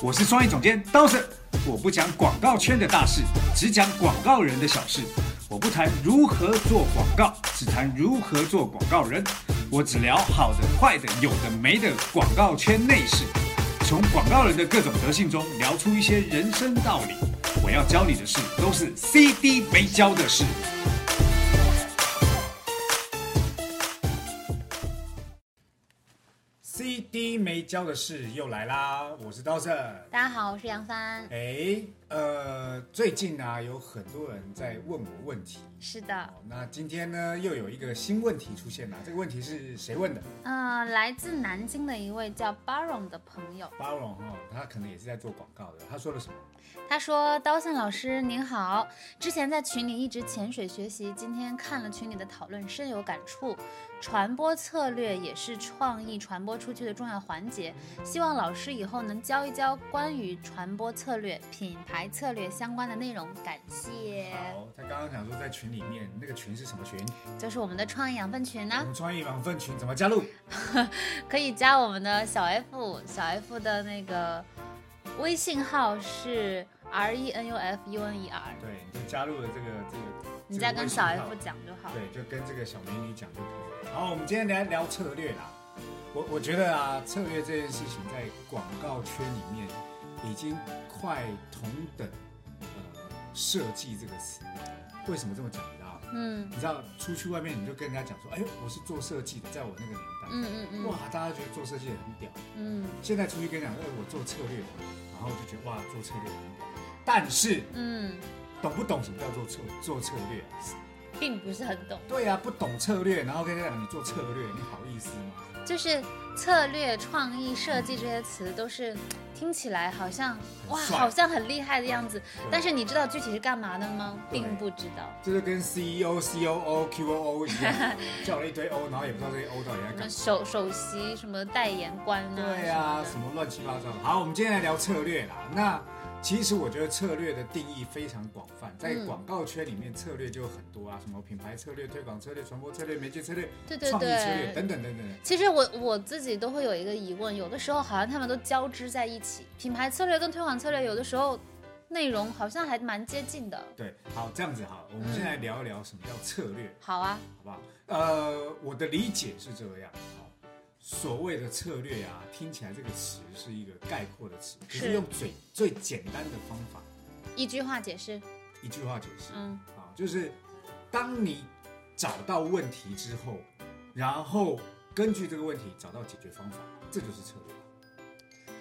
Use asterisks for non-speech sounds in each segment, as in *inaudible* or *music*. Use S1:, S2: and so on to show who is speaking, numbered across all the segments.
S1: 我是创意总监 Dawson，我不讲广告圈的大事，只讲广告人的小事。我不谈如何做广告，只谈如何做广告人。我只聊好的、坏的、有的没的广告圈内事，从广告人的各种德性中聊出一些人生道理。我要教你的事，都是 CD 没教的事。CD 没教的事又来啦！我是刀圣。
S2: 大家好，我是杨帆。
S1: 哎，呃，最近啊，有很多人在问我问题。
S2: 是的，
S1: 好，那今天呢，又有一个新问题出现了。这个问题是谁问的？
S2: 嗯、来自南京的一位叫 Baron 的朋友，
S1: 巴龙哈，他可能也是在做广告的。他说了什么？
S2: 他说：“刀森老师您好，之前在群里一直潜水学习，今天看了群里的讨论，深有感触。传播策略也是创意传播出去的重要环节，希望老师以后能教一教关于传播策略、品牌策略相关的内容。感谢，
S1: 好，他刚刚想说在群里面，那个群是什么群？
S2: 就是我们的创意养分群呢、
S1: 我们创意网分群怎么加入？
S2: 可以加我们的小 F，小 F 的那个微信号是 R E N U F U N E R，
S1: 对，你就加入了这个这个。
S2: 你再跟小
S1: 这个微
S2: F
S1: 信号
S2: 讲就好。
S1: 对，就跟这个小美女讲就可以了。好，我们今天来聊策略啦。我我觉得啊，策略这件事情在广告圈里面已经快同等呃设计这个词。为什么这么讲？你知道吗？
S2: 嗯
S1: 你知道出去外面你就跟人家讲说，哎，我是做设计的，在我那个年代，
S2: 嗯嗯嗯
S1: 哇，大家觉得做设计的很屌。
S2: 嗯
S1: 现在出去跟你讲，哎，我做策略的，然后就觉得哇，做策略很屌。但是
S2: 嗯，
S1: 懂不懂什么叫做策做策略啊？
S2: 并不是很懂，
S1: 对呀、不懂策略，然后跟他讲你做策略，你好意思吗？
S2: 就是策略、创意、设计这些词都是听起来好像哇，
S1: 帅
S2: 好像很厉害的样子，但是你知道具体是干嘛的吗？
S1: 对
S2: 并不知道。
S1: 这就跟 E CEO、COO、QOO 一样，叫了一堆 O，然后也不知道这些 O 到底在
S2: 什
S1: 干
S2: 么
S1: 嘛。
S2: 首首席什么代言官啊？
S1: 对呀、
S2: 什
S1: 什
S2: 么
S1: 么乱七八糟的。好，我们今天来聊策略啦。那其实我觉得策略的定义非常广泛，在
S2: 嗯
S1: 广告圈里面，策略就有很多啊，什么品牌策略、推广策略、传播策略、媒介策略、
S2: 的对对
S1: 创意策略
S2: 对，
S1: 等等等等。
S2: 其实我我自己都会有一个疑问，有的时候好像他们都交织在一起，品牌策略跟推广策略有的时候内容好像还蛮接近的。
S1: 对，好，这样子好，我们先来聊一聊什么叫策略。
S2: 好啊，
S1: 好不好？呃，我的理解是这样，好，所谓的策略啊，听起来这个词是一个概括的词，可是
S2: 是
S1: 用最最简单的方法，
S2: 一句话解释，
S1: 一句话解释
S2: 嗯
S1: 啊，就是当你找到问题之后，然后根据这个问题找到解决方法，这就是策略。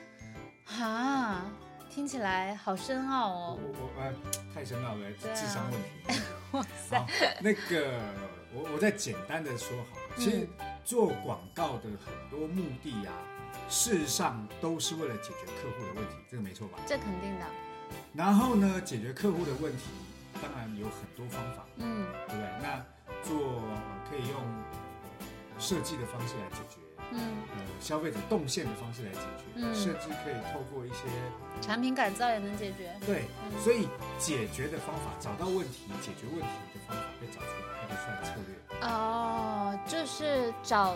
S2: 啊，听起来好深奥
S1: 我
S2: 哦。
S1: 我我呃，太深奥了，
S2: 对啊
S1: 智商问题。
S2: *laughs* 哇
S1: 好
S2: 塞，，
S1: 那个我我再简单的说好了，
S2: 嗯
S1: 其实做广告的很多目的啊，事实上都是为了解决客户的问题，这个没错吧？
S2: 这肯定的，
S1: 然后呢，解决客户的问题，当然有很多方法，
S2: 嗯
S1: 对不对？那做可以用设计的方式来解决，
S2: 嗯，
S1: 呃，消费者动线的方式来解决，
S2: 嗯
S1: 甚至可以透过一些
S2: 产品改造也能解决。
S1: 对，
S2: 嗯
S1: 所以解决的方法，找到问题，解决问题的方法被找出来，它就算策略。
S2: 哦，就是找，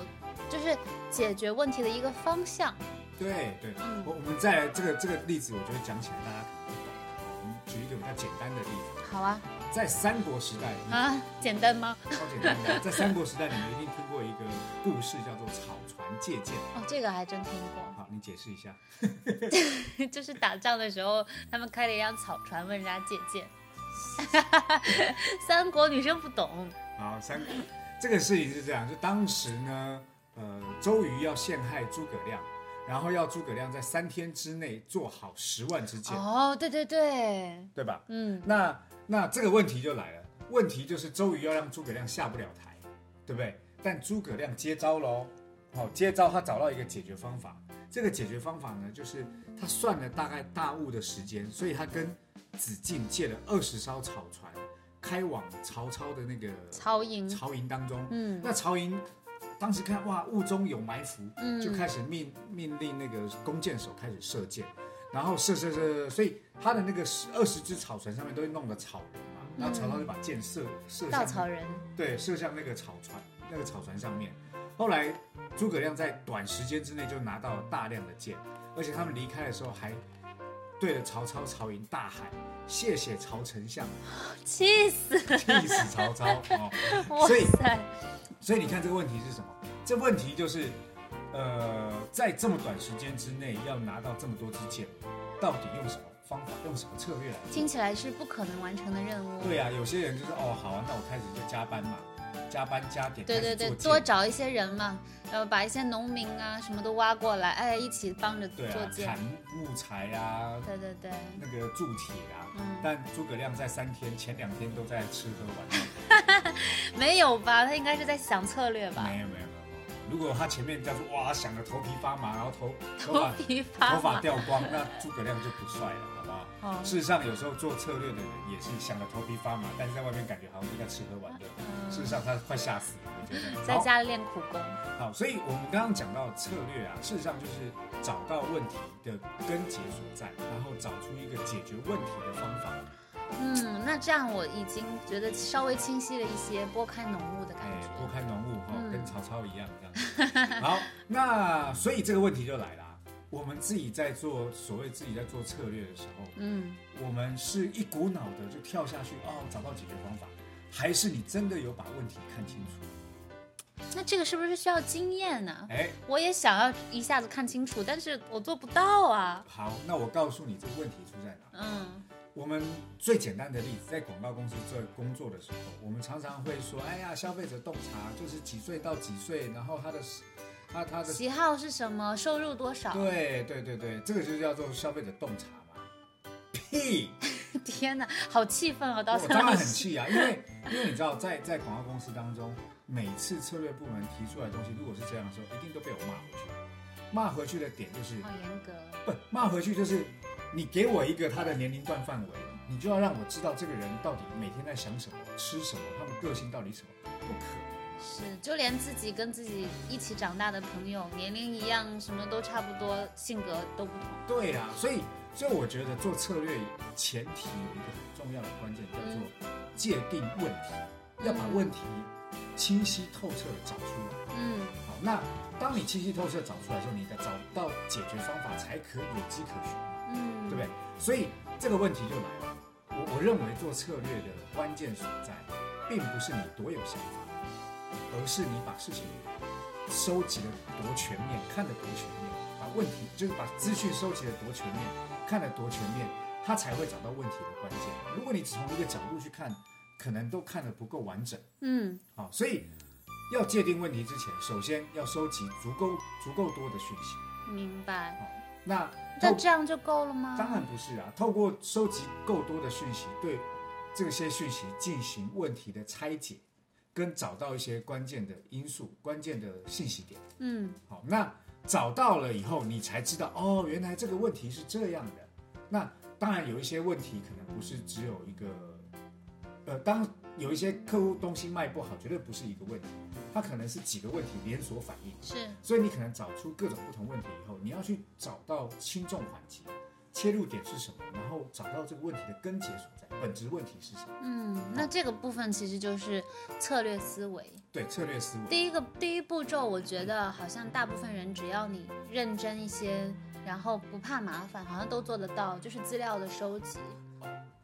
S2: 就是解决问题的一个方向。
S1: 对对，
S2: 嗯
S1: 我我们再来这个这个例子，我觉得讲起来大家可能不懂。我们举一个比较简单的例子，
S2: 好啊，
S1: 在三国时代，
S2: 啊，简单吗？
S1: 超简单的，在三国时代，你们一定听过一个故事叫做草船借箭。
S2: 哦，这个还真听过。
S1: 好，你解释一下。
S2: *laughs* 就是打仗的时候，他们开了一辆草船问人家借箭。 *laughs* 三国女生不懂，
S1: 好，啊三国这个事情是这样，就当时呢，呃，周瑜要陷害诸葛亮，然后要诸葛亮在三天之内做好十万支箭，
S2: 哦，对对对，
S1: 对吧？
S2: 嗯，
S1: 那那这个问题就来了，问题就是周瑜要让诸葛亮下不了台，对不对？但诸葛亮接招喽，好、接招他找到一个解决方法，这个解决方法呢，就是他算了大概大雾的时间，所以他跟子敬借了二十艘草船，开往曹操的那个
S2: 曹营，
S1: 曹营当中。
S2: 嗯
S1: 那曹营当时看哇，雾中有埋伏，
S2: 嗯，
S1: 就开始命命令那个弓箭手开始射箭，然后射射射射，射所以他的那个二十只草船上面都会弄了草人嘛，然后曹操就把箭射射
S2: 嗯稻
S1: 向
S2: 草人，
S1: 对射向那个草船那个草船上面。后来诸葛亮在短时间之内就拿到了大量的箭，而且他们离开的时候还对着曹操曹营大喊：“谢谢曹丞相，
S2: *laughs* 气死！
S1: 气死曹操！”哦，
S2: 哇
S1: 所以
S2: 塞，
S1: 所以你看这个问题是什么？这问题就是，呃，在这么短时间之内要拿到这么多支箭，到底用什么方法，用什么策略来
S2: 听起来是不可能完成的任务。
S1: 对啊，有些人就是哦，好啊，那我开始就加班嘛，加班加点，
S2: 对对
S1: 开
S2: 对，
S1: 始
S2: 多
S1: 做
S2: 找一些人嘛，呃，把一些农民啊什么都挖过来，哎，一起帮着
S1: 对
S2: 做
S1: 啊，
S2: 箭。
S1: 砍木材啊，
S2: 对对对，
S1: 那个铸铁啊。
S2: 嗯，
S1: 但诸葛亮在三天前两天都在吃喝玩
S2: *laughs*
S1: 乐，
S2: 没有吧？他应该是在想策略吧？
S1: 没有没有没有。没有如果他前面这样说哇想的头皮发麻，然后头头
S2: 头
S1: 发
S2: 皮发
S1: 头发
S2: 麻。
S1: 掉光，那诸葛亮就不帅了，好不好？
S2: 啊哦
S1: 事实上，有时候做策略的人也是想的头皮发麻，但是在外面感觉好像就在吃喝玩乐。
S2: 嗯
S1: 事实上，他快吓死了，我觉得。
S2: 在
S1: 好
S2: 家练苦功。
S1: 好，所以我们刚刚讲到策略啊，事实上就是找到问题的根结所在，然后找出一个解决问题的方法。
S2: 嗯，那这样我已经觉得稍微清晰了一些，拨开浓雾的感
S1: 哎
S2: 觉。，
S1: 拨开浓雾哈，
S2: 嗯
S1: 跟曹操一样这样子。好，那所以这个问题就来啦。我们自己在做所谓自己在做策略的时候，
S2: 嗯，
S1: 我们是一股脑的就跳下去哦，找到解决方法，还是你真的有把问题看清楚？
S2: 那这个是不是需要经验呢、
S1: 哎，
S2: 我也想要一下子看清楚，但是我做不到啊。
S1: 好，那我告诉你这个问题出在哪。
S2: 嗯
S1: 我们最简单的例子，在广告公司做工作的时候，我们常常会说：“哎呀，消费者洞察就是几岁到几岁，然后他的他他的
S2: 喜好是什么？收入多少？
S1: 对对对对，这个就叫做消费者洞察嘛。”屁！
S2: *laughs* 天哪，好气愤哦，刀
S1: 我
S2: 森
S1: 当
S2: 老
S1: 然很
S2: 师。
S1: 气啊，因为因为你知道，在在广告公司当中，每次策略部门提出来的东西，如果是这样的时候，一定都被我骂回去。骂回去的点就是
S2: 好严格。
S1: 不骂回去就是，你给我一个他的年龄段范围，你就要让我知道这个人到底每天在想什么、吃什么，他们个性到底什么，不可。
S2: 是，就连自己跟自己一起长大的朋友，年龄一样，什么都差不多，性格都不同。
S1: 对啊，所以所以我觉得做策略前提有一个很重要的关键叫做界定问题，要把问题清晰透彻的找出来。
S2: 嗯
S1: 好，那当你清晰透彻地找出来的时候，你得找到解决方法才可以有迹可循。
S2: 嗯，
S1: 对不对？所以这个问题就来了。我我认为做策略的关键所在，并不是你多有想法，而是你把事情收集的多全面，看得多全面，把问题就是把资讯收集的多全面，看得多全面，他才会找到问题的关键。如果你只从一个角度去看，可能都看得不够完整。
S2: 嗯
S1: 好，所以要界定问题之前，首先要收集足够足够多的讯息。
S2: 明白。
S1: 那
S2: 那
S1: 透
S2: 这样就够了吗？
S1: 当然不是啊，透过收集够多的讯息，对这些讯息进行问题的拆解，跟找到一些关键的因素、关键的信息点。
S2: 嗯，
S1: 好，那找到了以后，你才知道哦，原来这个问题是这样的。那当然有一些问题可能不是只有一个，呃，当有一些客户东西卖不好，绝对不是一个问题，它可能是几个问题连锁反应。
S2: 是。
S1: 所以你可能找出各种不同问题以后，你要去找到轻重缓急，切入点是什么，然后找到这个问题的根结所在，本质问题是什么？
S2: 嗯，那这个部分其实就是策略思维。
S1: 对，策略思维。
S2: 第一个第一步骤，我觉得好像大部分人只要你认真一些，然后不怕麻烦，好像都做得到，就是资料的收集。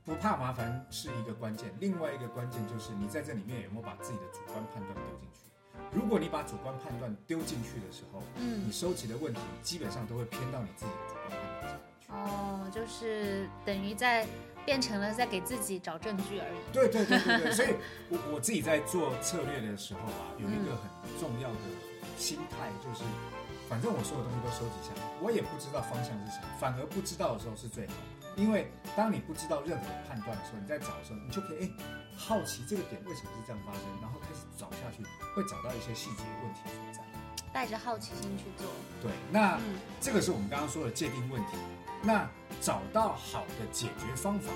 S1: 不怕麻烦是一个关键，另外一个关键就是你在这里面有没有把自己的主观判断丢进去。如果你把主观判断丢进去的时候，
S2: 嗯
S1: 你，收集的问题基本上都会偏到你自己的主观判断上面去。
S2: 哦，就是等于在变成了在给自己找证据而已。
S1: 对对对对对，所以我我自己在做策略的时候啊，有一个很重要的心态，就是反正我所有东西都收集下来，我也不知道方向是什么，反而不知道的时候是最好，因为当你不知道任何判断的时候，你在找的时候，你就可以哎好奇这个点为什么是这样发生，然后开始找下去，会找到一些细节问题所在。
S2: 带着好奇心去做。
S1: 对，那
S2: 嗯
S1: 这个是我们刚刚说的界定问题，那找到好的解决方法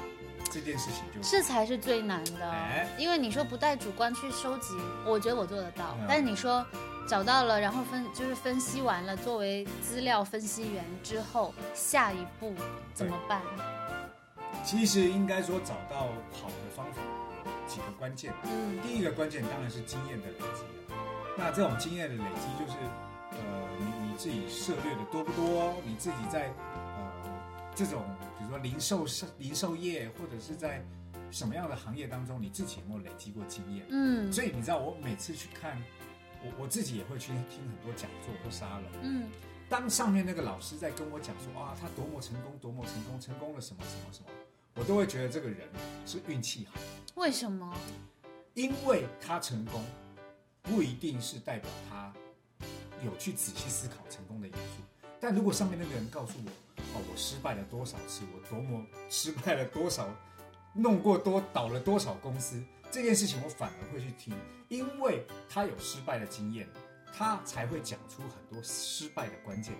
S1: 这件事情就
S2: 这才是最难的
S1: 哎，
S2: 因为你说不带主观去收集，我觉得我做得到
S1: 嗯。
S2: 但是你说找到了，然后分就是分析完了，作为资料分析员之后，下一步怎么办？
S1: 其实应该说找到好的方法有几个关键，
S2: 嗯
S1: 第一个关键当然是经验的累积啊那这种经验的累积就是，呃，你你自己涉猎的多不多？你自己在呃这种，比如说零售商、零售业，或者是在什么样的行业当中，你自己有没有累积过经验？
S2: 嗯
S1: 所以你知道，我每次去看，我我自己也会去听很多讲座或沙龙。
S2: 嗯
S1: 当上面那个老师在跟我讲说啊，他多么成功，多么成功，成功了什么什么什么，我都会觉得这个人是运气好，
S2: 为什么？
S1: 因为他成功，不一定是代表他有去仔细思考成功的因素。但如果上面那个人告诉我，哦，我失败了多少次，我多么失败了多少，弄过多倒了多少公司，这件事情我反而会去听，因为他有失败的经验，他才会讲出很多失败的关键。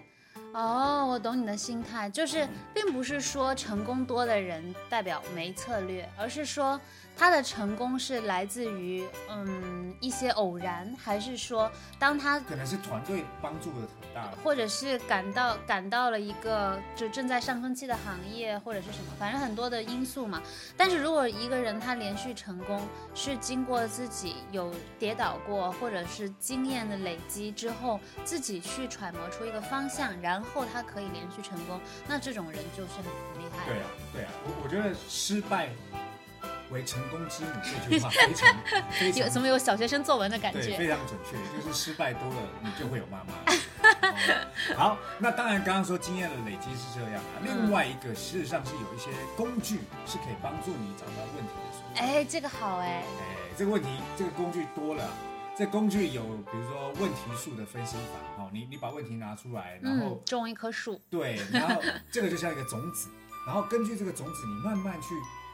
S2: 哦，我懂你的心态，就是并不是说成功多的人代表没策略，而是说他的成功是来自于嗯一些偶然，还是说当他
S1: 可能是团队帮助的很大。
S2: 或者是赶到赶到了一个就正在上升期的行业或者是什么，反正很多的因素嘛。但是如果一个人他连续成功是经过自己有跌倒过或者是经验的累积之后，自己去揣摩出一个方向，然后他可以连续成功，那这种人就是很厉害的。
S1: 对啊，对啊，我我觉得失败为成功之母这
S2: *laughs*
S1: 句话非常非
S2: 有
S1: 常
S2: 怎么有小学生作文的感
S1: 对，
S2: 觉？
S1: 非常准确，就是失败多了，你就会有妈妈。
S2: *laughs*
S1: 哦好，那当然，刚刚说经验的累积是这样
S2: 嗯
S1: 啊。另外一个，事实上是有一些工具是可以帮助你找到问题的所在。
S2: 哎，这个好哎，
S1: 哎，这个问题，这个工具多了啊。这工具有，比如说问题数的分析法，哦，你你把问题拿出来，然后
S2: 嗯，种一棵树，
S1: 对，然后这个就像一个种子，然后根据这个种子，你慢慢去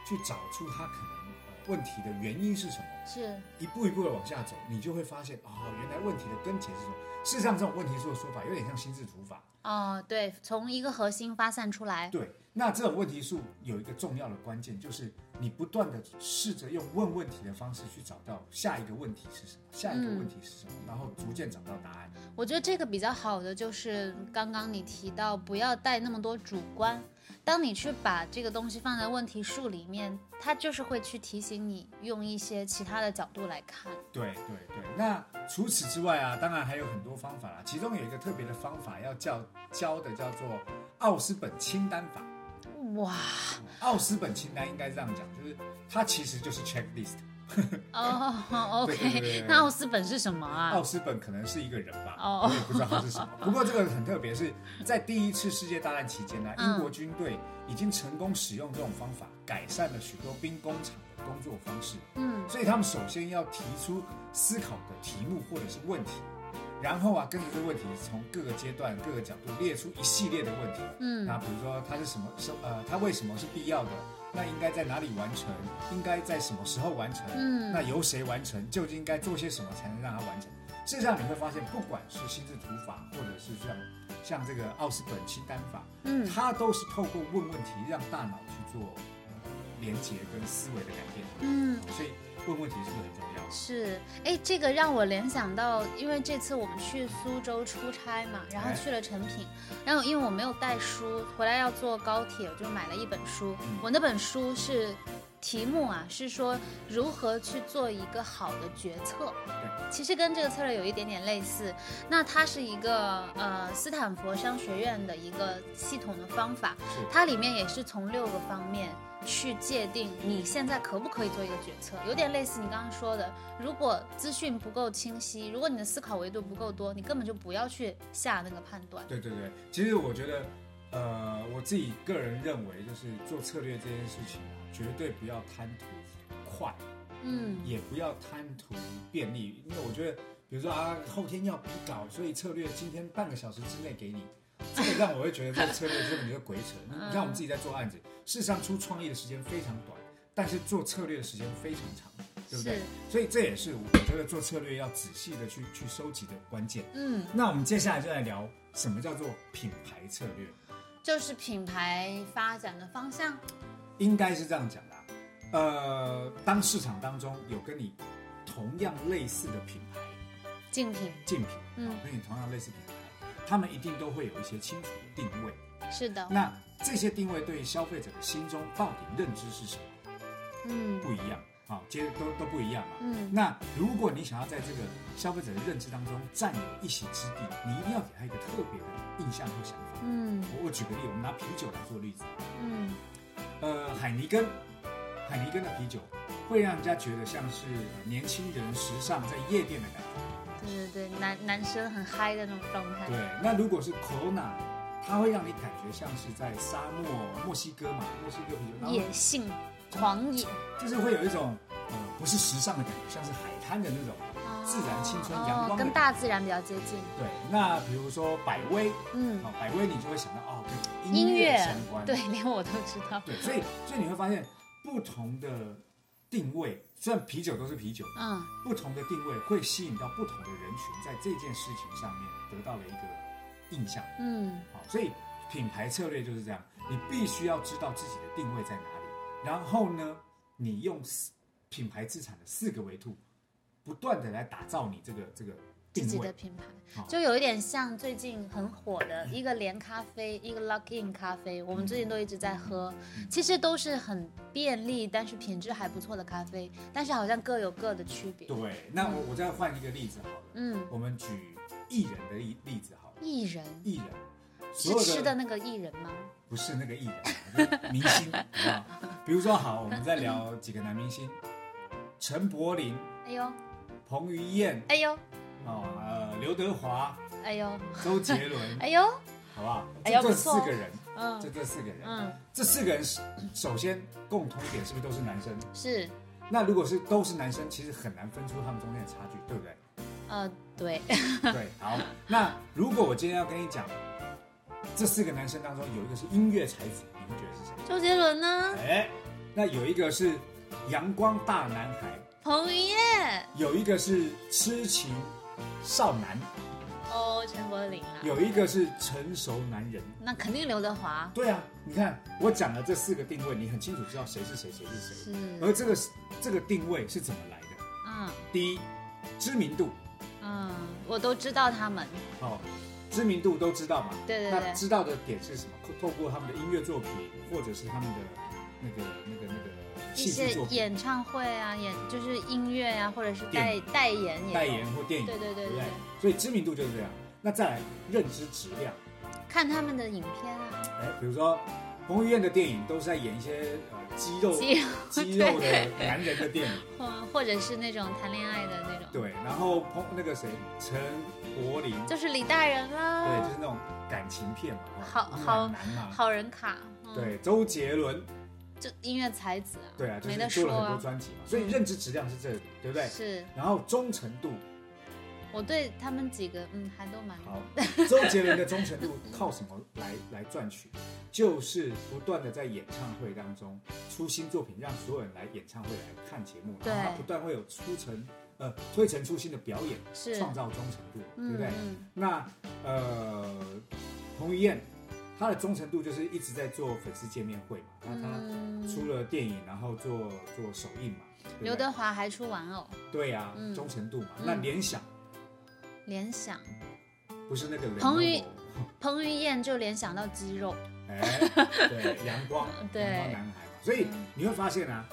S1: 去找出它可能呃问题的原因是什么，
S2: 是
S1: 一步一步的往下走，你就会发现哦，原来问题的根结是什么。事实上，这种问题数的说法有点像心智图法。
S2: 哦，对，从一个核心发散出来，
S1: 对，那这种问题数有一个重要的关键，就是你不断的试着用问问题的方式去找到下一个问题是什么，下一个
S2: 嗯
S1: 问题是什么，然后逐渐找到答案。
S2: 我觉得这个比较好的就是刚刚你提到不要带那么多主观，当你去把这个东西放在问题树里面，它就是会去提醒你用一些其他的角度来看。
S1: 对对对，那除此之外啊，当然还有很多方法啦。其中有一个特别的方法要教教的叫做奥斯本清单法。
S2: 哇
S1: 奥斯本清单应该这样讲，就是它其实就是 checklist。
S2: 哦
S1: 对对对 *laughs* 对
S2: ，OK，
S1: 对
S2: 那奥斯本是什么啊
S1: 奥？斯本可能是一个人吧，
S2: 哦
S1: 我也不知道他是什么。不过这个很特别，是在第一次世界大战期间呢、
S2: 嗯
S1: 英国军队已经成功使用这种方法，改善了许多兵工厂的工作方式。
S2: 嗯
S1: 所以他们首先要提出思考的题目或者是问题，然后啊，跟着这个问题从各个阶段、各个角度列出一系列的问题。那
S2: 嗯，
S1: 比如说它是什么是呃，它为什么是必要的？那应该在哪里完成？应该在什么时候完成？
S2: 嗯
S1: 那由谁完成？究竟该做些什么才能让它完成？事实上，你会发现，不管是心智图法，或者是像像这个奥斯本清单法，
S2: 嗯
S1: 它都是透过问问题让大脑去做、呃、连接跟思维的改变。
S2: 嗯。
S1: 所以问问题是不是很重要？
S2: 是，哎，这个让我联想到，因为这次我们去苏州出差嘛，然后
S1: 哎
S2: 去了成品，然后因为我没有带书，回来要坐高铁，我就买了一本书。我那本书是题目啊，是说如何去做一个好的决策，其实跟这个策略有一点点类似。那它是一个呃斯坦福商学院的一个系统的方法，
S1: 是
S2: 它里面也是从六个方面去界定你现在可不可以做一个决策，有点类似你刚刚说的，如果资讯不够清晰，如果你的思考维度不够多，你根本就不要去下那个判断。
S1: 对对对，其实我觉得，呃，我自己个人认为，就是做策略这件事情啊，绝对不要贪图快，
S2: 嗯
S1: 也不要贪图便利，因为我觉得，比如说啊，后天要比稿，所以策略今天半个小时之内给 *laughs* 你。这个让我会觉得这个策略根本就是鬼扯。你你看我们自己在做案子，事实上出创意的时间非常短，但是做策略的时间非常长，对不对
S2: 是？
S1: 所以这也是我觉得做策略要仔细的去去收集的关键。
S2: 嗯，
S1: 那我们接下来就来聊什么叫做品牌策略，
S2: 就是品牌发展的方向。
S1: 应该是这样讲啦。呃，当市场当中有跟你同样类似的品牌
S2: 竞品，
S1: 竞品，
S2: 嗯
S1: 啊，跟你同样类似品牌，他们一定都会有一些清楚的定位。
S2: 是的，
S1: 那这些定位对于消费者的心中到底认知是什么
S2: 嗯，
S1: 不一样？啊，接都都不一样嘛。
S2: 嗯
S1: 那如果你想要在这个消费者的认知当中占有一席之地，你一定要给他一个特别的印象或想法。
S2: 嗯
S1: 我我举个例，我们拿啤酒来做例子，
S2: 嗯
S1: 呃，海尼根，海尼根的啤酒会让人家觉得像是呃年轻人时尚在夜店的感觉。
S2: 对对对，男男生很嗨的那种状态。
S1: 对，那如果是 Corona，它会让你感觉像是在沙漠墨西哥嘛，墨西哥啤酒，然后
S2: 野性、狂野、
S1: 就是会有一种呃不是时尚的感觉，像是海滩的那种。自然青春
S2: 哦
S1: 阳光的
S2: 跟大自然比较接近。
S1: 对，那比如说百威，
S2: 嗯，
S1: 哦，百威你就会想到哦，跟
S2: 音
S1: 音
S2: 乐
S1: 乐相关。
S2: 对，连我都知道。
S1: 对，所以所以你会发现不同的定位，虽然啤酒都是啤酒，
S2: 嗯
S1: 不同的定位会吸引到不同的人群，在这件事情上面得到了一个印象。
S2: 嗯
S1: 好，所以品牌策略就是这样，你必须要知道自己的定位在哪里，然后呢，你用四品牌资产的四个维度，不断的来打造你这个这个
S2: 自
S1: 定
S2: 己的
S1: 位。哦
S2: 品牌
S1: 好
S2: 就有一点像最近很火的一个连咖啡，一个 Lock In 咖啡，我们最近都一直在喝，
S1: 嗯
S2: 其实都是很便利，但是品质还不错的咖啡，但是好像各有各的区别。
S1: 对，那我我再换一个例子好了，
S2: 嗯，
S1: 我们举艺人的例例子好了，
S2: 艺人
S1: 艺人
S2: 是
S1: 所有
S2: 吃的那个艺人吗？
S1: 不是那个艺人啊，就是明星，好不好？比如说好，我们再聊几个男明星，陈柏霖、
S2: 哎呦
S1: 彭于晏
S2: 哎呦
S1: 哦，呃，刘德华、
S2: 哎呦
S1: 周杰
S2: *laughs*
S1: 伦，
S2: 哎呦，
S1: 好不好？这
S2: 哎呀
S1: 这
S2: 不错
S1: 四个人，这
S2: 嗯
S1: 这四个人，
S2: 嗯
S1: 这四个人是首先共同点是不是都是男生？
S2: 是
S1: 那如果是都是男生，其实很难分出他们中间的差距，对不
S2: *laughs*
S1: 对？
S2: 呃对， *laughs*
S1: 对，好。那如果我今天要跟你讲，这四个男生当中有一个是音乐才子，你会觉得是谁？
S2: 周杰伦呢，
S1: 哎，那有一个是阳光大男孩，
S2: 彭于晏
S1: 有一个是痴情少男，
S2: 哦陈柏霖啊，
S1: 有一个是成熟男人。
S2: 那肯定刘德华
S1: 对啊，你看我讲了这四个定位，你很清楚知道谁是谁，谁是谁。
S2: 是
S1: 而这个这个定位是怎么来的？
S2: 嗯。
S1: 第一，知名度，
S2: 嗯，我都知道他们。
S1: 哦，知名度都知道嘛。
S2: 对对
S1: 那
S2: 对，
S1: 知道的点是什么？透透过他们的音乐作品，或者是他们的那个那个那个
S2: 一
S1: 戏
S2: 些
S1: 剧作品、
S2: 演唱会啊，演就是音乐呀、或者是代
S1: 电
S2: 代言也
S1: 代
S2: 有
S1: 言或电影，
S2: 对对对
S1: 对不
S2: 对
S1: 对？所以知名度就是这样。那再来认知质量，
S2: 看他们的影片啊，
S1: 哎，比如说彭于晏的电影都是在演一些呃肌肉
S2: 肌肉
S1: *laughs* 肌肉的男人的电影，
S2: 嗯，或者是那种谈恋爱的那种，
S1: 对。然后彭那个谁陈柏霖，
S2: 就是李大人啊啦、
S1: 对，就是那种感情片嘛，哦
S2: 好
S1: 暖
S2: 好
S1: 男嘛，
S2: 好人卡，嗯，
S1: 对，周杰伦，
S2: 就音乐才子啊，
S1: 对啊，就
S2: 没得
S1: 是做
S2: 说
S1: 了很多
S2: 啊，
S1: 专辑嘛，所以认知质量是这里，对不对？
S2: 是
S1: 然后忠诚度，
S2: 我对他们几个，嗯，还都蛮
S1: 好，周杰伦的忠诚度靠什么来来赚取？就是不断的在演唱会当中出新作品，让所有人来演唱会来看节目，然后
S2: 对
S1: 他不断会有出成呃推陈出新的表演，
S2: 是，
S1: 创造忠诚度，对
S2: 嗯
S1: 不对？
S2: 嗯，
S1: 那呃，彭于晏他的忠诚度就是一直在做粉丝见面会嘛，那他
S2: 嗯
S1: 出了电影，然后做做首映嘛，对不对
S2: 刘德华还出玩偶，
S1: 对呀、
S2: 嗯
S1: 忠诚度嘛。
S2: 嗯
S1: 那联想
S2: 联想
S1: 不是那个人
S2: 彭于彭于晏就联想到肌肉，，
S1: 哎，对，阳光
S2: *laughs* 对嗯
S1: 阳光男孩嘛。所以你会发现啊，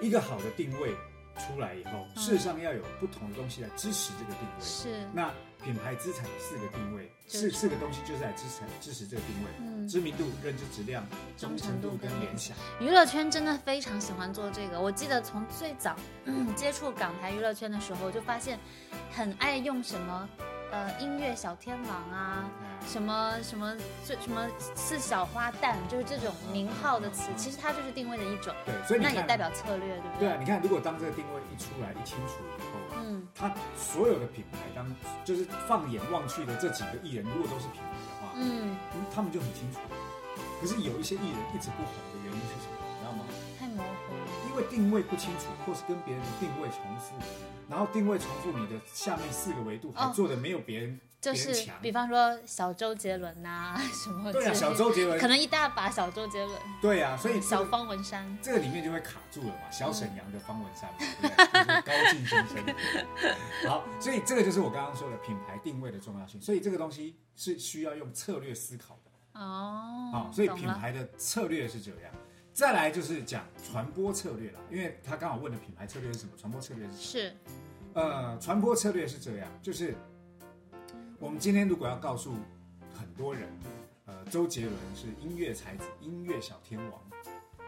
S1: 一个好的定位出来以后，
S2: 嗯
S1: 事实上要有不同的东西来支持这个定位。
S2: 是，
S1: 那品牌资产有四个定位，
S2: 就是
S1: 四四个东西就是来支持支持这个定位。
S2: 嗯。
S1: 知名度、认知质量、
S2: 忠
S1: 忠
S2: 诚
S1: 诚
S2: 度
S1: 度
S2: 跟
S1: 跟
S2: 联
S1: 联想，
S2: 娱乐圈真的非常喜欢做这个。我记得从最早、 *coughs* 嗯接触港台娱乐圈的时候，就发现很爱用什么呃音乐小天王啊，什么什么最什么四小花旦，就是这种名号的词，其实它就是定位的一种，
S1: 哎对，嗯所以你
S2: 那
S1: 看，
S2: 也代表策略，对不
S1: 对啊，你看，如果当这个定位一出来一清楚以后，啊
S2: 嗯
S1: 它所有的品牌当就是放眼望去的这几个艺人，如果都是品牌的话，
S2: 嗯，
S1: 嗯他们就很清楚。可是有一些艺人一直不红的原因是什么？你知道吗？
S2: 太模糊了。
S1: 因为定位不清楚，或是跟别人的定位重复，然后定位重复，你的下面四个维度还
S2: 哦
S1: 做的没有别人、
S2: 就
S1: 别人
S2: 是
S1: 强。
S2: 比方说小周杰伦呐、什么
S1: 对
S2: 之
S1: 啊，
S2: 类
S1: 小周杰
S2: 可
S1: 伦，
S2: 能一大把小周杰伦、
S1: 对啊，所以
S2: 小
S1: 这个
S2: 方嗯文山，
S1: 这个里面就会卡住了嘛，小沈阳的方文山嘛，对不对？就是高进先生。好，所以这个就是我刚刚说的品牌定位的重要性，所以这个东西是需要用策略思考的
S2: 哦，
S1: 啊、所以
S2: 懂
S1: 品
S2: 了，
S1: 牌的策略是这样，再来就是讲传播策略了，因为他刚好问的品牌策略是什么，传播策略是什么。
S2: 是
S1: 呃，传播策略是这样，就是我们今天如果要告诉很多人，呃，周杰伦是音乐才子、音乐小天王，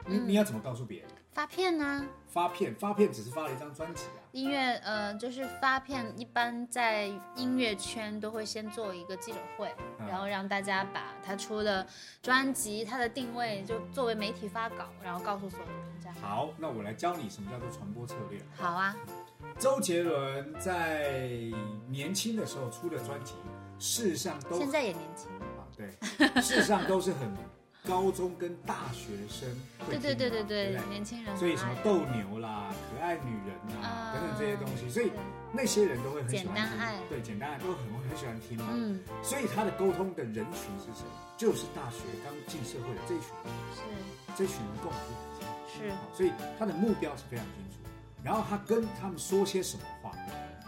S1: 你
S2: 嗯
S1: 你要怎么告诉别人？
S2: 发片呢、
S1: 发片，发片只是发了一张专辑啊，
S2: 音乐呃，就是发片，一般在音乐圈都会先做一个记者会，
S1: 嗯
S2: 然后让大家把他出的专辑、他的定位，就作为媒体发稿，然后告诉所有人这样。
S1: 好，那我来教你什么叫做传播策略。
S2: 好啊，
S1: 周杰伦在年轻的时候出的专辑，事实上都
S2: 现在也年轻。
S1: 啊，对，事实上都是很高中跟大学生会
S2: 对
S1: 听
S2: 对对
S1: 的嘛对
S2: 对
S1: 不对
S2: 年轻人
S1: 所以
S2: 很
S1: 什么
S2: 爱
S1: 斗牛啦、可爱女人啦、
S2: 啊
S1: 等等这些东西，所以
S2: 对
S1: 那些人都会很喜
S2: 简
S1: 欢
S2: 单
S1: 听，
S2: 爱
S1: 对，简单爱都很很喜欢听嘛。啊
S2: 嗯，
S1: 所以他的沟通的人群是谁？就是大学刚进社会的这一群人，
S2: 是
S1: 这群人共同
S2: 是，
S1: 所以他的目标是非常清楚。然后他跟他们说些什么话，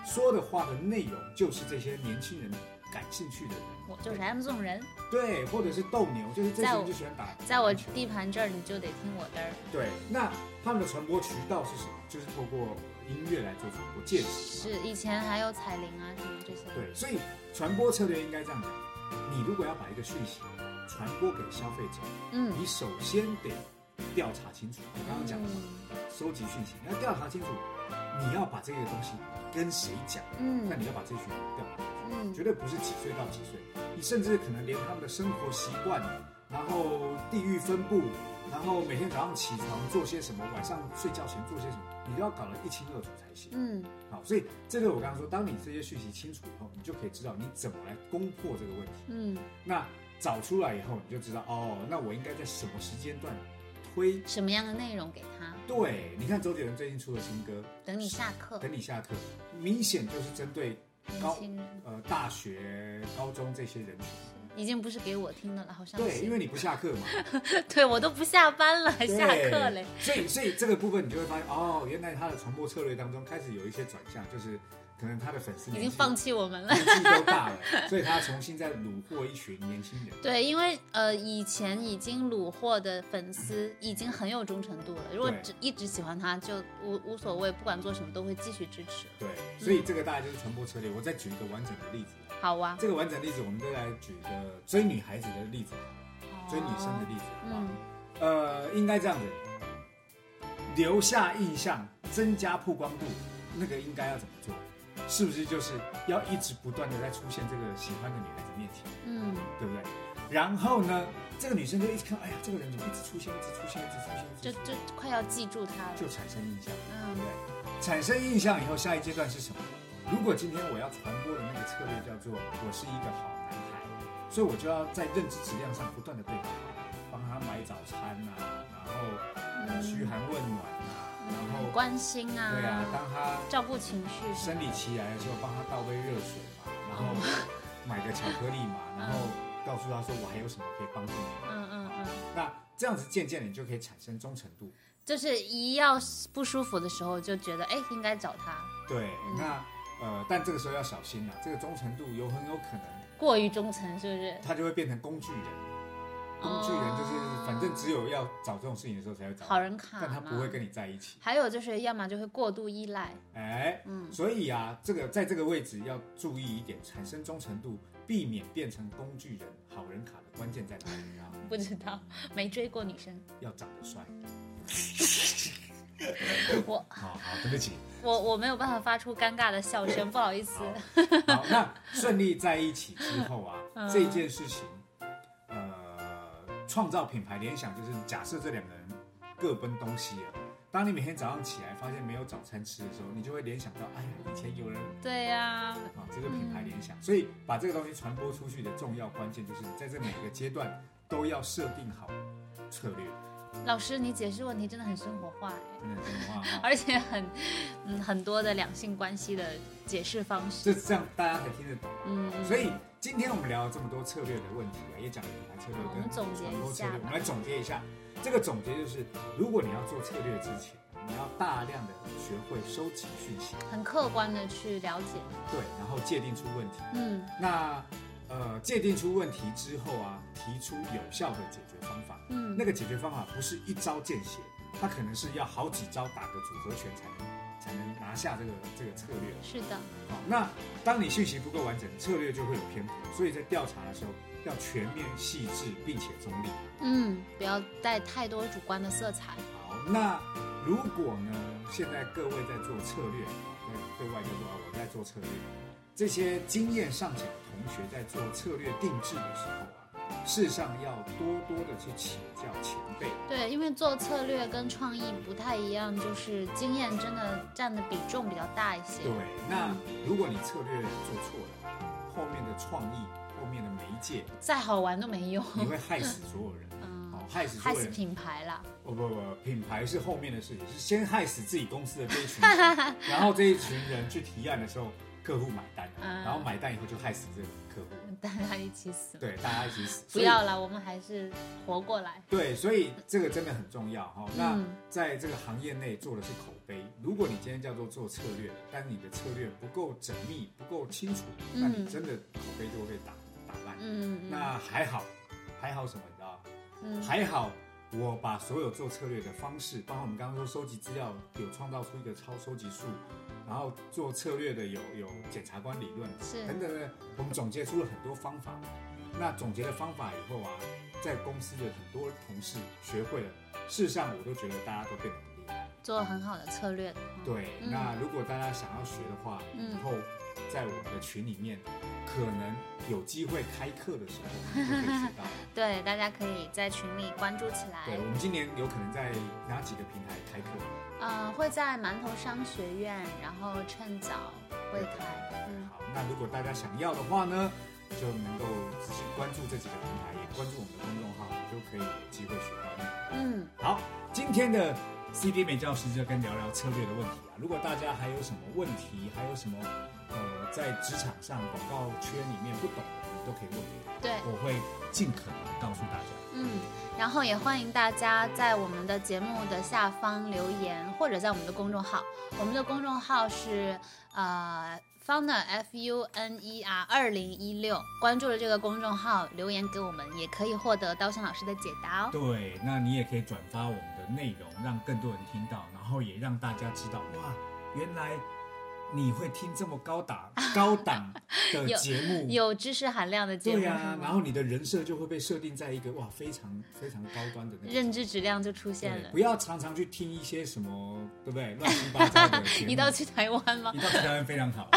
S1: 说的话的内容就是这些年轻人感兴趣的人，
S2: 我就是 M 这种人，
S1: 对，或者是斗牛，就是这些
S2: 在
S1: 人
S2: 我
S1: 就喜欢打。
S2: 在我地盘这儿你就得听我的儿。
S1: 对，那他们的传播渠道是什么？就是透过音乐来做传播，借此嘛。
S2: 是，以前还有彩铃啊什么这些。
S1: 对，所以传播策略应该这样讲：你如果要把一个讯息传播给消费者，
S2: 嗯，
S1: 你首先得调查清楚。我刚刚讲的嘛，
S2: 嗯
S1: 收集讯息，你要调查清楚，你要把这个东西跟谁讲，
S2: 嗯
S1: 那你要把这群人调查清楚。
S2: 嗯
S1: 绝对不是几岁到几岁，你甚至可能连他们的生活习惯，然后地域分布，然后每天早上起床做些什么，晚上睡觉前做些什么，你都要搞得一清二楚才行。
S2: 嗯
S1: 好，所以这就是我刚刚说，当你这些讯息清楚以后，你就可以知道你怎么来攻破这个问题。
S2: 嗯，
S1: 那找出来以后，你就知道哦，那我应该在什么时间段推。
S2: 什么样的内容给他？
S1: 对，你看周杰伦最近出的新歌
S2: 等你下课
S1: 《等。你下课》，明显就是针对
S2: 年
S1: 高
S2: 轻人
S1: 呃大学、高中这些人群。
S2: 已经不是给我听的了，好像
S1: 对，因为你不下课嘛，
S2: *laughs* 对我都不下班了，还
S1: 对
S2: 下课嘞。。
S1: 所以，所以这个部分你就会发现，哦，原来他的传播策略当中开始有一些转向，就是可能他的粉丝
S2: 已
S1: 年
S2: 经
S1: 纪
S2: 放弃我们了。
S1: 年纪都大了，所以他重新再虏获一群年轻人。
S2: *laughs* 对，因为呃，以前已经虏获的粉丝已经很有忠诚度了，如果
S1: 对
S2: 只一直喜欢他，就无无所谓，不管做什么都会继续支持。
S1: 对，所以这个大概就是传播策略。我再举一个完整的例子，
S2: 好啊，
S1: 这个完整例子我们再来举一个追女孩子的例子，追女生的例子，好不好？
S2: 嗯
S1: 呃，应该这样子，留下印象，增加曝光度，那个应该要怎么做？是不是就是要一直不断的在出现这个喜欢的女孩子面前，
S2: 嗯，
S1: 对不对？然后呢，这个女生就一直看，哎呀，这个人怎么一直出现，一直出现，一直出现，一
S2: 就
S1: 直出
S2: 就快要记住他了
S1: 现，。就产生印象，对
S2: 嗯
S1: 不对？产生印象以后，下一阶段是什么？如果今天我要传播的那个策略叫做我是一个好男孩，所以我就要在认知质量上不断的对他好，帮他买早餐呐、然后呃嘘寒问暖啊，然后
S2: 关心啊，
S1: 对啊，当他
S2: 照顾情绪什
S1: 生
S2: 么的，
S1: 理期来的时候，帮他倒杯热水嘛，然后买个巧克力嘛，然后告诉他说我还有什么可以帮助你。
S2: 嗯嗯嗯，
S1: 那这样子渐渐的你就可以产生忠诚度。
S2: 就是一要不舒服的时候就觉得哎应该找他，
S1: 对，那呃，但这个时候要小心啊了，这个忠诚度有很有可能
S2: 过于忠诚是不是？
S1: 他就会变成工具人。工具人就是反正只有要找这种事情的时候才会找，
S2: 哦好人卡嘛，
S1: 但他不会跟你在一起。
S2: 还有就是，要么就会过度依赖，
S1: 哎，
S2: 嗯
S1: 所以啊，这个在这个位置要注意一点，产生忠诚度，避免变成工具人、好人卡的关键在哪里？你知道吗？
S2: 不知道没追过女生。
S1: 要长得帅。
S2: 我
S1: 好好，对不起。
S2: 我我没有办法发出尴尬的笑声，不好意思
S1: 好。， *laughs* 好，那顺利在一起之后啊，这件事情，呃，创造品牌联想就是假设这两个人各奔东西啊。当你每天早上起来发现没有早餐吃的时候，你就会联想到，哎呀，以前有人
S2: 对呀、
S1: 啊，这个品牌联想。所以把这个东西传播出去的重要关键就是你在这每个阶段都要设定好策略，
S2: 老师你解释问题真的很生活化，哎
S1: 真的真的话哈，
S2: 而且很嗯很多的两性关系的解释方式。
S1: 这这样大家才听得懂。
S2: 嗯，
S1: 所以今天我们聊了这么多策略的问题啊，也讲了品牌策略
S2: 好我
S1: 跟
S2: 们总结
S1: 传播
S2: 一
S1: 策
S2: 下
S1: 略，
S2: 吧
S1: 我们来总结一下。这个总结就是，如果你要做策略之前，你要大量的学会收集讯息，
S2: 很客观的去了解。
S1: 对，然后界定出问题。
S2: 嗯
S1: 那呃，呃界定出问题之后啊，提出有效的解决方法。
S2: 嗯，
S1: 那个解决方法不是一招见血，它可能是要好几招打个组合拳才能才能拿下这个这个策略。
S2: 是的，
S1: 好，那当你讯息不够完整，策略就会有偏颇，所以在调查的时候要全面、细致并且中立。
S2: 嗯，不要带太多主观的色彩。
S1: 好，那如果呢，现在各位在做策略，对对外就说啊，我在做策略，这些经验尚浅的同学在做策略定制的时候啊，事实上要多多的去请教前辈。
S2: 对，因为做策略跟创意不太一样，就是经验真的占的比重比较大一些
S1: 对。，那如果你策略做错了，后面的创意、后面的媒介，
S2: 再好玩都没用。
S1: 你会害死所有人。
S2: 嗯，
S1: 哦，害死所
S2: 害
S1: 有
S2: 死
S1: 人。
S2: 品牌啦。
S1: 哦不不不，品牌是后面的事情，是先害死自己公司的这一
S2: *laughs*
S1: 群人，然后这一群人去提案的时候，客户买单，
S2: 啊
S1: 然后买单以后就害死这个客户，
S2: 大家一起死。
S1: 对，大家一起死。
S2: 不
S1: 所以
S2: 要啦，我们还是活过来。
S1: 对，所以这个真的很重要哈、哦。那
S2: 嗯
S1: 在这个行业内做的是口碑，如果你今天叫做做策略，但你的策略不够缜密、不够清楚，那你
S2: 嗯
S1: 真的口碑就会被打打烂。
S2: 嗯，
S1: 那还好，还好什么你知道吗？
S2: 嗯
S1: 还好，我把所有做策略的方式，包括我们刚刚说收集资料，有创造出一个超收集术，然后做策略的有有检察官理论
S2: 是
S1: 等等的，我们总结出了很多方法。那总结了方法以后啊，在公司的很多同事学会了，事实上我都觉得大家都变得很厉害。
S2: 做很好的策略。
S1: 对，
S2: 哦嗯
S1: 那如果大家想要学的话，
S2: 嗯
S1: 以后在我们的群里面，可能有机会开课的时候你就可以学到。
S2: 对，大家可以在群里关注起来
S1: 对，。我们今年有可能在哪几个平台开课？
S2: 呃，会在馒头商学院，然后趁早会开。嗯，
S1: 好，那如果大家想要的话呢，就能够仔细关注这几个平台，也关注我们的公众号，你就可以有机会学到内容。
S2: 嗯，
S1: 好，今天的 CD 美教师就跟聊聊策略的问题啊。如果大家还有什么问题，还有什么呃在职场上广告圈里面不懂的，你都可以问我，
S2: 对，
S1: 我会尽可能地告诉大家。
S2: 嗯，然后也欢迎大家在我们的节目的下方留言，或者在我们的公众号。我们的公众号是呃 Funer F U N E R 二零一六，关注了这个公众号，留言给我们，也可以获得刀山老师的解答哦。
S1: 对，那你也可以转发我们的内容，让更多人听到，然后也让大家知道，哇，原来你会听这么高档、
S2: *laughs*
S1: 高档的
S2: 有
S1: 节目。
S2: 有知识含量的节
S1: 对
S2: 目，
S1: 呀、然后你的人设就会被设定在一个哇非常非常高端的那个
S2: 认知质量就出现
S1: 对，
S2: 了
S1: 不。要常常去听一些什么，对不对？乱嗯七八糟的节目。
S2: *laughs* 你到去台湾吗
S1: 一？道台湾非常好。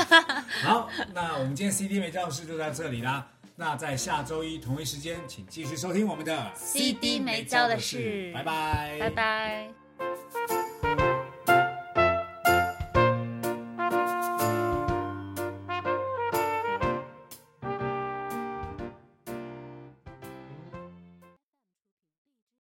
S1: 好，那我们今天 CD 美教室就到这里啦。那在下周一同一时间，请继续收听我们的
S2: CD 美教的事
S1: 拜拜，
S2: 拜。拜。